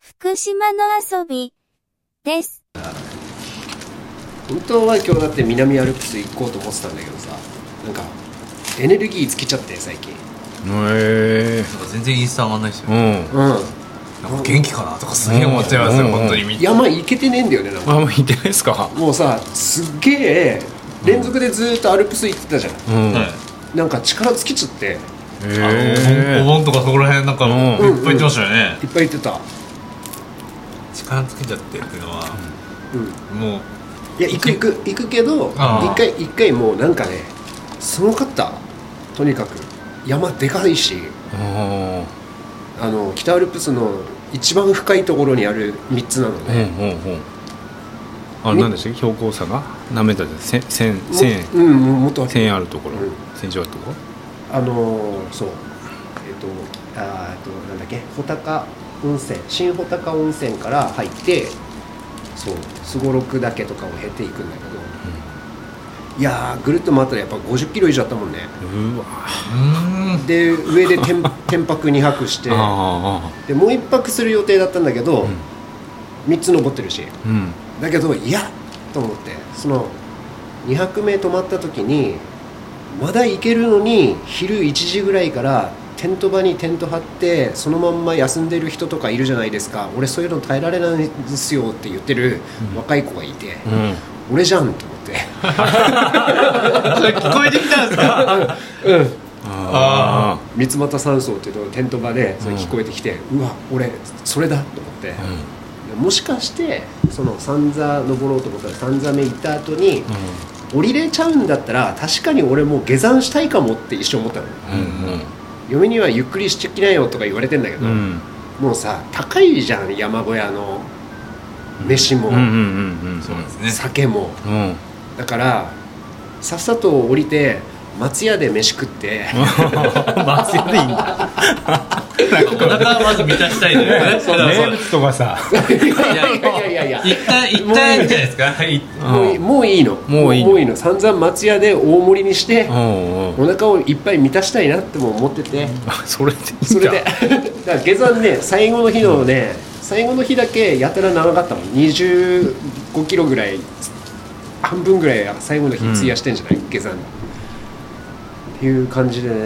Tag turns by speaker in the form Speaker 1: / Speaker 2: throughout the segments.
Speaker 1: 福島の遊びです。
Speaker 2: 本当は今日だって南アルプス行こうと思ってたんだけどさなんかエネルギーつけちゃって最近
Speaker 3: へえ
Speaker 4: なんか全然インスタ上がんないですよ
Speaker 3: う
Speaker 4: ね
Speaker 3: ん
Speaker 2: う
Speaker 4: なんか元気かなとかすげえ思っちゃいます
Speaker 3: う
Speaker 4: よ
Speaker 3: ん
Speaker 4: 本当にみん
Speaker 2: ん
Speaker 4: な
Speaker 2: 山行けてねえんだよねなんか
Speaker 3: あんまいてないですか
Speaker 2: もうさすっげえ連続でずーっとアルプス行ってたじゃん
Speaker 3: うん
Speaker 4: はい
Speaker 3: へ
Speaker 2: なんか力つけちゃっていっ
Speaker 4: あのお
Speaker 3: え
Speaker 4: 盆とかそこら辺なんか
Speaker 3: うん
Speaker 4: いっぱい行ってましたよね
Speaker 2: ぱい行ってた
Speaker 4: 力つけちゃってっていうのは
Speaker 2: うん
Speaker 4: もう
Speaker 2: いや行く行く行くけど
Speaker 4: あー
Speaker 2: 一回一回もうなんかねすごかったとにかく山でかいし
Speaker 3: あ
Speaker 2: あの北アルプスの一番深いところにある3つなの
Speaker 3: あうん
Speaker 2: ね、
Speaker 3: うんうんあなんでしたっけ標高差が何メートルでせ千
Speaker 2: も
Speaker 3: 千
Speaker 2: うんももっとある
Speaker 3: 千あるところ
Speaker 2: うん
Speaker 3: 千上あるところ
Speaker 2: あのーそうえっ、とあーえっとなんだっけ穂高温泉新穂高温泉から入ってそうすごろく岳とかを経ていくんだけど、いやーぐるっと回ったらやっぱ50キロ以上あったもんね
Speaker 3: うわ
Speaker 4: ーん
Speaker 2: で上で天天泊2泊して
Speaker 3: あ
Speaker 2: でもう1泊する予定だったんだけど、3つ登ってるし
Speaker 3: あうん
Speaker 2: だけどいやと思ってその2泊目泊まった時にまだ行けるのに昼1時ぐらいからテント場にテント張ってそのまんま休んでる人とかいるじゃないですか俺そういうの耐えられないんですよって言ってる若い子がいて、
Speaker 3: うん
Speaker 2: 俺じゃんと思って
Speaker 4: それ聞こえてきたんですか
Speaker 3: あ
Speaker 2: 三俣山荘っていうところテント場でそれ聞こえてきて、うわ俺それだと思って、
Speaker 3: あうん
Speaker 2: もしかしてその三座登ろうと思ったら三座目行った後に、降りれちゃうんだったら確かに俺もう下山したいかもって一瞬思ったの
Speaker 3: うん
Speaker 2: 嫁にはゆっくりしちゃきなよとか言われてんだけ
Speaker 3: う
Speaker 2: ど、
Speaker 3: んうん
Speaker 2: もうさ高いじゃん山小屋の飯も、
Speaker 3: うんうんうんうんうん
Speaker 4: そうですね
Speaker 2: 酒も
Speaker 3: うん
Speaker 2: だからさっさと降りて松屋で飯食って
Speaker 3: 松屋でいいんだ
Speaker 4: お腹はまず満たしたいですよねだからそう
Speaker 3: 名物とかさ
Speaker 2: いやいやいやいや
Speaker 4: 一旦一旦いいんじゃないですかい
Speaker 2: もういもういいの
Speaker 3: もういいの
Speaker 2: もういいの散々松屋で大盛りにして
Speaker 3: う、んうん
Speaker 2: お腹をいっぱい満たしたいなっても思ってて、
Speaker 3: あそれでいいんだ
Speaker 2: それでだから下山ね最後の日のね、最後の日だけやたら長かったもん2 5キロぐらい半分ぐらい最後の日費やしてんじゃない、下山っていう感じでねもう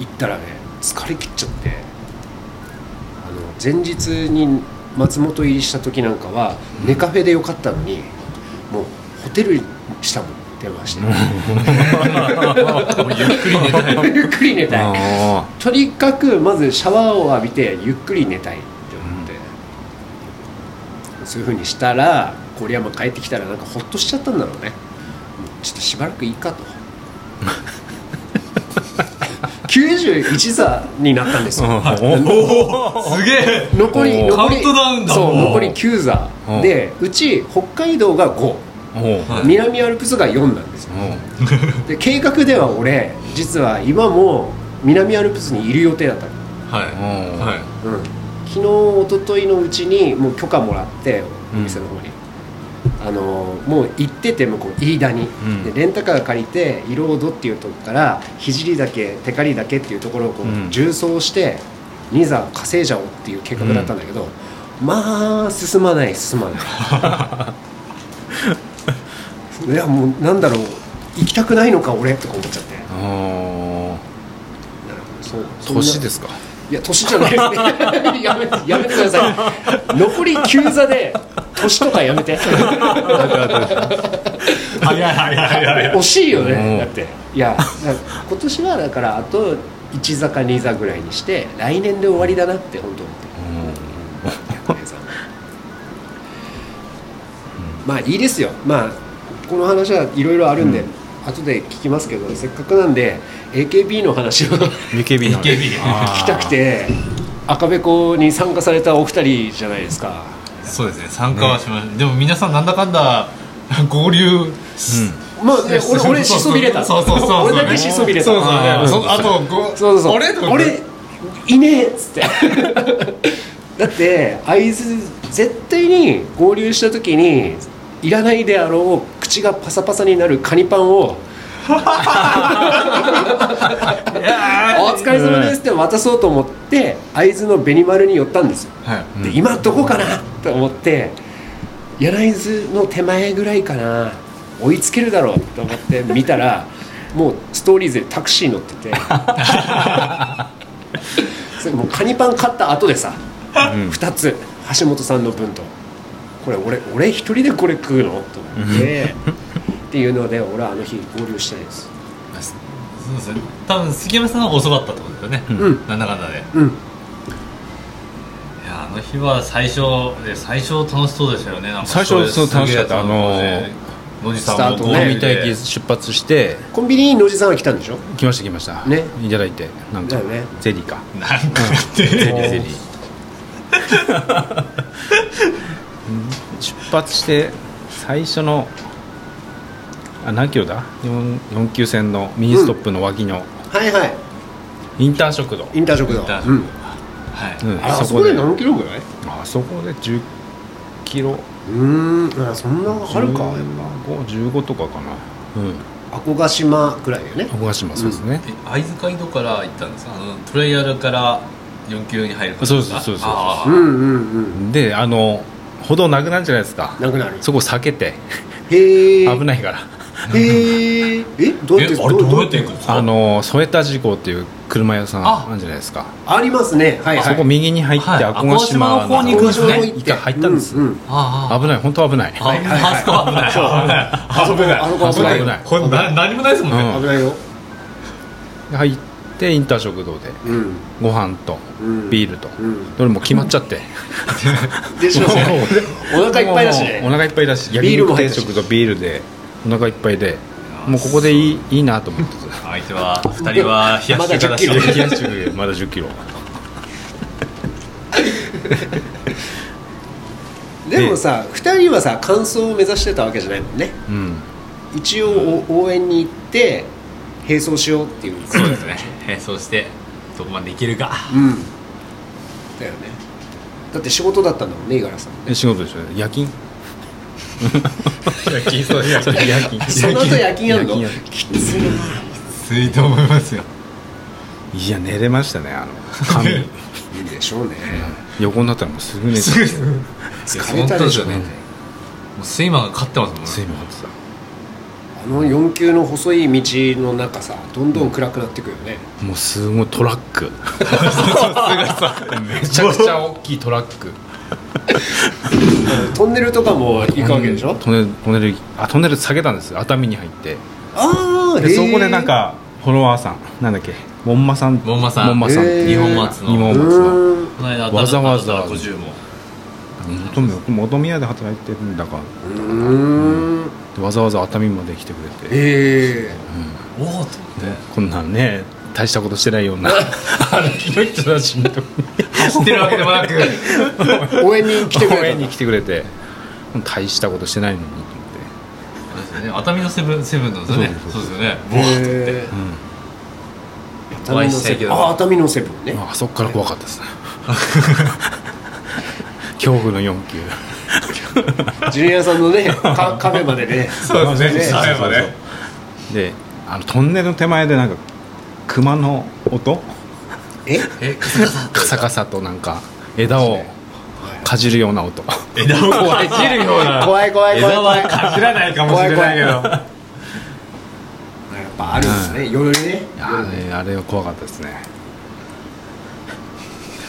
Speaker 2: 行ったらね疲れ切っちゃってあの前日に松本入りした時なんかは寝カフェでよかったのにもうホテルにしたもん電話し て
Speaker 4: もうゆっくり寝たい
Speaker 2: ゆっくり寝たい
Speaker 3: あ
Speaker 2: とにかくまずシャワーを浴びてゆっくり寝たいって思って、そういうふうにしたら郡山帰ってきたらなんかほっとしちゃったんだろうねちょっとしばらくいいかと91座になったんですよ、
Speaker 3: あ
Speaker 4: おおすげえ
Speaker 2: 残り
Speaker 3: おー
Speaker 2: 残り
Speaker 4: カウントダウンだ
Speaker 2: そう
Speaker 4: おー
Speaker 2: 残り9座
Speaker 3: うん
Speaker 2: でうち北海道が5
Speaker 3: お
Speaker 4: はい
Speaker 2: 南アルプスが4なんですよで計画では俺実は今も南アルプスにいる予定だったの
Speaker 4: はい
Speaker 3: うん
Speaker 4: はい
Speaker 2: うん、昨日一昨日のうちにもう許可もらってお店の方に、あのもう行ってて向こう飯田に、
Speaker 3: うん
Speaker 2: でレンタカー借りて色ロードっていうとこから聖岳テカリ岳っていうところをこ
Speaker 3: うん
Speaker 2: う縦走してニザを稼いじゃおうっていう計画だったんだけど、まあ進まない進まない いやもうなんだろう行きたくないのか俺とか思っちゃって
Speaker 3: あ
Speaker 2: そうそんな
Speaker 3: 年 ですか
Speaker 2: いや年じゃない ですねやめてやめてください残り9座で年とかやめて
Speaker 4: 早い早い早い
Speaker 2: 惜しいよね、
Speaker 3: うん
Speaker 2: だっていやだから今年はだからあと1座か2座ぐらいにして来年で終わりだなって本当思ってる100座まあいいですよまあこの話はいろいろあるんで、後で聞きますけどせっかくなんで AKB の話を
Speaker 3: AKB の
Speaker 4: AKB
Speaker 2: 聞きたくて赤べこに参加されたお二人じゃないですか
Speaker 4: そうですね参加はしましたでも皆さんなんだかんだ合流し
Speaker 2: まあ、ね、俺、俺、
Speaker 4: そう
Speaker 2: し
Speaker 4: そう
Speaker 2: そびれた。
Speaker 4: そうそうそうそう
Speaker 2: 俺だけしそびれた。
Speaker 4: そうそう
Speaker 3: あー
Speaker 4: そうあとご
Speaker 2: そうそうそう
Speaker 4: 俺とか
Speaker 2: 俺、いねえっつって。 だって、会津、絶対に合流した時に。いらないであろう、口がパサパサになるカニパンを。お疲れ様ですって渡そうと思っって会津の紅丸に寄ったんですよ
Speaker 4: はい
Speaker 2: で
Speaker 3: うん
Speaker 2: 今どこかなと思って柳津の手前ぐらいかな追いつけるだろうと思って見たらもうストーリーズでタクシー乗って てそれもうカニパン買った後でさ
Speaker 3: うん
Speaker 2: 2つ橋本さんの分とこれ俺俺一人でこれ食うのと思ってっていうので俺はあの日合流したいです
Speaker 4: あすそうですね多分杉山さんの方が遅かったってことだよね、
Speaker 2: うん
Speaker 4: なんだかんだでい
Speaker 2: うん
Speaker 4: やあの日は最初で最初楽しそうでしたよねなんか
Speaker 3: 最初
Speaker 4: そういう
Speaker 3: そう楽しかった
Speaker 4: すげえやつの
Speaker 3: あのー
Speaker 4: ね野地さん
Speaker 2: ス
Speaker 4: も
Speaker 2: タート
Speaker 4: ゴ
Speaker 2: ね
Speaker 4: ー
Speaker 3: 大
Speaker 4: ル
Speaker 3: 見
Speaker 4: で
Speaker 3: 駅出発して
Speaker 2: コンビニに野地さんは来たんでしょ
Speaker 3: 来ました来ました
Speaker 2: ね
Speaker 3: いただいてなんか
Speaker 2: だよね
Speaker 3: ゼリーか
Speaker 4: なんかって
Speaker 3: ゼリ
Speaker 2: お
Speaker 3: ー
Speaker 2: ー
Speaker 3: ゼリーうん出発して最初のあ何キロだ 4, 4級線のミニストップの脇の
Speaker 2: はいはい
Speaker 3: インター食堂、
Speaker 2: インター食堂
Speaker 4: インター
Speaker 2: う
Speaker 4: 食
Speaker 2: ん、
Speaker 4: はい、
Speaker 3: うん
Speaker 2: あそこで何キロぐらい
Speaker 3: あそこで10キロ
Speaker 2: うーんあそんなあるかやっ
Speaker 3: 15とかかなうん
Speaker 2: ぱ阿古ヶ島くらいよね
Speaker 3: 僕はしますですね、
Speaker 4: え会津街道から行ったんですかあのトライアルから4級に入るから
Speaker 3: そうですそうです
Speaker 4: あ
Speaker 2: う
Speaker 4: あ
Speaker 2: んうんうん
Speaker 3: であの歩道なくなるじゃないですか
Speaker 2: なくなる
Speaker 3: そこ避けて
Speaker 2: へえ
Speaker 3: 危ないから、
Speaker 2: へええどうや
Speaker 4: え
Speaker 2: って
Speaker 4: あれどうやって行くんですか
Speaker 3: あの添田事故っていう車屋さん
Speaker 4: あ
Speaker 3: あるんじゃないですか
Speaker 2: ありますねはいはい
Speaker 3: そこ右に入って
Speaker 4: はい
Speaker 3: 阿古ヶ島
Speaker 4: 阿古島の方に
Speaker 2: 行
Speaker 4: 行
Speaker 2: くんで
Speaker 4: くんですす
Speaker 2: ね
Speaker 4: ね
Speaker 3: 一回入ったんです、
Speaker 2: ううん
Speaker 4: あああ
Speaker 3: 危ない本当危ない、
Speaker 4: ああそこ危ない危ない
Speaker 2: あそこあそこ危ない
Speaker 3: 危ない
Speaker 4: これな何もないですもんね、
Speaker 3: うん
Speaker 2: 危ないよ
Speaker 3: 入ってインター食堂で
Speaker 2: うん
Speaker 3: ご飯と
Speaker 2: うん
Speaker 3: ビールと、
Speaker 2: うん
Speaker 3: どれも決まっちゃって、
Speaker 2: でしょうねお腹いっぱいだし
Speaker 3: もう
Speaker 2: ね
Speaker 3: お腹いっぱいだし焼
Speaker 2: ビールも
Speaker 3: 肉
Speaker 2: 入っ
Speaker 3: 定
Speaker 2: てるし
Speaker 3: 食とビールでお腹いっぱいでもうここでいいいいなと思ってた
Speaker 4: 相手は2人は冷やしてからし
Speaker 2: まだ10キ
Speaker 3: 冷やし中華でまだ1 0キロ
Speaker 2: でもさ二人はさ完走を目指してたわけじゃないもんね
Speaker 3: うん
Speaker 2: 一応お応援に行って並走しようっていう
Speaker 4: そうですね えそうしてどこまでいけるか
Speaker 2: うんだよねだって仕事だったんだもんね五十嵐さん
Speaker 3: え仕事でしょ夜勤夜勤そう 夜勤夜勤
Speaker 2: その後夜勤やんの
Speaker 3: 夜
Speaker 2: きついな
Speaker 4: ついと思いますよ
Speaker 3: いや寝れましたねあの髪うん
Speaker 2: いいでしょうね
Speaker 3: 横になったらもうすぐ寝て
Speaker 4: す
Speaker 3: た
Speaker 4: ごいですね
Speaker 2: 疲れたでしょうね
Speaker 4: いや本当ですよねもうスイマーが勝ってますもんね
Speaker 3: 睡眠ってた
Speaker 2: あの4級の細い道の中さどんどん暗くなってくよね、
Speaker 3: もうすごいトラックめちゃくちゃ大きいトラック
Speaker 2: トンネルとかも行くわけでしょ、
Speaker 3: トンネルトンネルあトンネル下げたんですよ熱海に入って
Speaker 2: ああ
Speaker 3: でそこでなんかフォロワーさんなんだっけ門馬さん
Speaker 4: 門馬さん
Speaker 3: さんっ
Speaker 2: へ
Speaker 3: て
Speaker 2: ー
Speaker 3: いう
Speaker 4: 日本松の
Speaker 3: 日
Speaker 2: う
Speaker 3: 本松の
Speaker 2: ーん
Speaker 4: この間
Speaker 3: わざわざ
Speaker 4: 50も
Speaker 3: 元宮元宮で働いてるんだか
Speaker 2: うーん
Speaker 3: らわざわざ熱海まで来てくれて
Speaker 2: ええ
Speaker 4: おおと思って
Speaker 3: こんなんね大したことしてないような歩きの人たちのとこ
Speaker 4: 走ってるわけでも なく
Speaker 2: 応援に来てく
Speaker 3: 応
Speaker 2: れた
Speaker 3: 援
Speaker 2: んだ
Speaker 3: に来てくれて大したことしてないのにと思
Speaker 4: そうですよね熱海のセブンセブンのですよね
Speaker 3: そ
Speaker 4: そうう
Speaker 3: そう
Speaker 4: ですよね
Speaker 2: へえ熱海のセブンあ熱海のセブンね
Speaker 3: ってあそこから怖かったですね 恐怖の4級
Speaker 2: ジュニアさんのねか カフェまでね
Speaker 4: そうですね
Speaker 2: そうそうそう
Speaker 4: 最後まで
Speaker 3: であのトンネルの手前でなんか熊の音
Speaker 2: え
Speaker 4: えカサカサ
Speaker 3: カサカサとなんか枝をかじるような音
Speaker 4: 枝をかじるような
Speaker 2: 怖い怖い怖い
Speaker 4: 枝
Speaker 2: 怖い
Speaker 4: はかじらないかもしれないけど
Speaker 2: 怖やっぱあるんですね夜ね
Speaker 3: いやあれあれは怖かったですね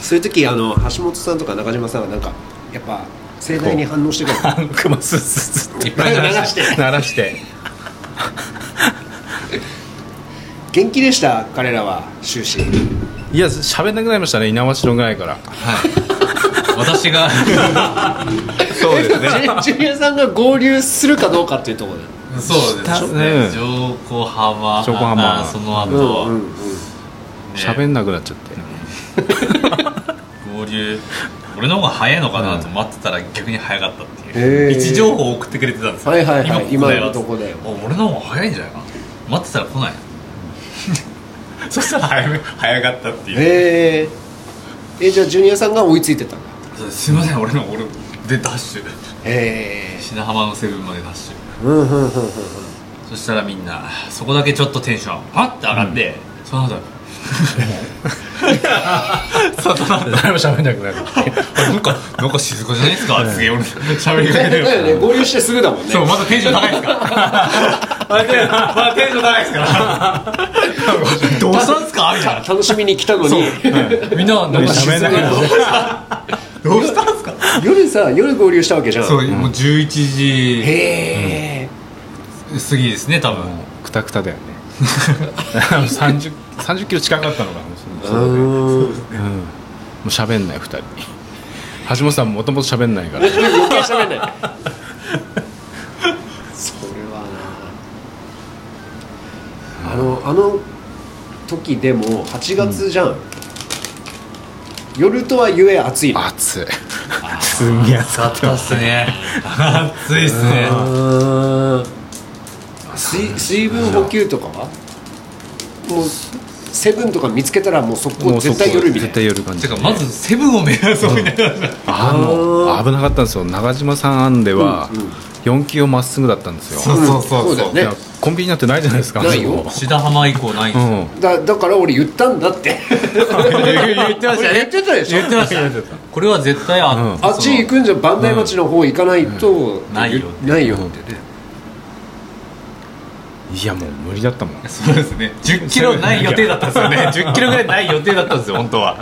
Speaker 2: そういう時あの橋本さんとか中島さんはなんかやっぱ盛大に反応してくる
Speaker 3: あの熊スッスッスッっていっぱい鳴らして
Speaker 2: 鳴らし
Speaker 3: 鳴らして
Speaker 2: 元気でした彼らは終始
Speaker 3: いや喋んなくなりましたね猪苗代ぐらいから
Speaker 4: はい 私がそうですね
Speaker 2: ジュニアさんが合流するかどうかっていうところで
Speaker 4: そうで
Speaker 3: 下
Speaker 4: すね
Speaker 3: ね
Speaker 4: 上皇浜
Speaker 3: 上皇浜
Speaker 4: あその
Speaker 2: う
Speaker 4: 後
Speaker 2: んう
Speaker 4: はね
Speaker 2: んうん
Speaker 3: 喋んなくなっちゃって
Speaker 4: 合流俺の方が早いのかなと待ってたら逆に早かったって
Speaker 2: へ
Speaker 4: い
Speaker 2: ー
Speaker 4: う位置情報を送ってくれてたんですよ
Speaker 2: はいはいはい
Speaker 4: ここだ
Speaker 2: 今
Speaker 4: よ
Speaker 2: のとこだよ
Speaker 4: お俺の方が早いんじゃないかな待ってたら来ないそしたら早め早かったっていう
Speaker 2: へええじゃあジュニアさんが追いついてたんだ
Speaker 4: そうすいません俺の俺でダッシュ
Speaker 2: へえ
Speaker 4: 品浜のセブンまでダッシュ
Speaker 2: うんうんうんうんうん
Speaker 4: そしたらみんなそこだけちょっとテンションパッて上がって、その後そうそうなんだ
Speaker 3: 誰も喋んなくなる
Speaker 4: なんかなんか静かじゃないですかすげえ俺喋りかけて
Speaker 2: だよね
Speaker 4: る
Speaker 2: 合流してすぐだもんね
Speaker 4: そうまだテンション高いですからまだテンまだテンション高いです からどうしたんですかみたいな
Speaker 2: 楽しみに来たのに、
Speaker 4: みんななんか
Speaker 3: 喋んなくなる
Speaker 4: どうしたんですか
Speaker 2: 夜さ夜合流したわけじゃん
Speaker 4: そうもう11時
Speaker 2: へえ、
Speaker 4: 過ぎですね多分
Speaker 3: くたくただよね 30, 30キロ近かったのかもしれない
Speaker 2: ー
Speaker 3: う
Speaker 2: ん
Speaker 3: もう喋んない2人橋本さんもともと喋んないから
Speaker 2: 余計喋んないそれはなあのあの時でも8月じゃん、夜とはゆえ暑いの
Speaker 3: 暑いすんげえ暑かった
Speaker 4: 暑かったっすね暑いっすね
Speaker 2: うーん水水分補給とかはもうセブンとか見つけたらもう速
Speaker 3: も
Speaker 2: 攻
Speaker 3: うそこ
Speaker 2: 絶対夜みたい
Speaker 3: 絶
Speaker 2: な
Speaker 3: 対夜感じ
Speaker 4: てかまずセブンを目指そうみたいな
Speaker 3: あの危なかったんですよ長島さん案では4級をまっすぐだったんですよ、
Speaker 4: そうそうそう
Speaker 2: そうだ
Speaker 4: そ
Speaker 2: よ
Speaker 4: う
Speaker 3: い
Speaker 2: ね
Speaker 3: やコンビニなんてないじゃないですか
Speaker 2: ないよ
Speaker 3: あそ
Speaker 4: 白浜以降ないん
Speaker 3: こ
Speaker 4: ですよ
Speaker 3: うん
Speaker 2: だだから俺言ったんだって
Speaker 4: 言ってました
Speaker 2: 言っ
Speaker 4: ね
Speaker 2: てたでしょ
Speaker 4: 言ってましたこれは絶対あ,、
Speaker 3: うん
Speaker 2: あっち行くんじゃ磐梯町の方行かないと、
Speaker 4: んないよって
Speaker 2: ないよってね、
Speaker 3: いやもう無理だったもん
Speaker 4: そうですね1 0キロない予定だったんですよね1 0キロぐらいない予定だったんですよ本当は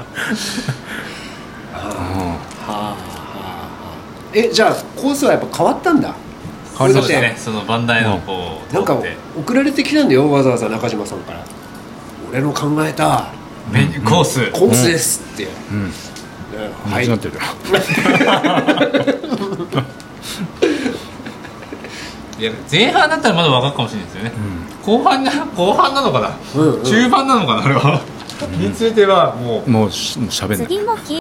Speaker 2: えじゃあコースはやっぱ変わったんだ
Speaker 4: そう
Speaker 2: れだ
Speaker 4: で
Speaker 2: っ
Speaker 4: す
Speaker 2: て
Speaker 4: ねその磐梯のこう
Speaker 2: なんか
Speaker 4: 通って
Speaker 2: 送られてきたんだよわざわざ中島さんから俺の考えた
Speaker 4: メニューコース
Speaker 2: コースですって、ねはい
Speaker 3: 間違ってるよ
Speaker 4: いや前半だったらまだ分かるかもしれないですよね、後半な後半なのかな、
Speaker 2: うんうん
Speaker 4: 中盤なのかなあれは、についてはもう
Speaker 3: もうしもう喋んない
Speaker 1: 次も聞い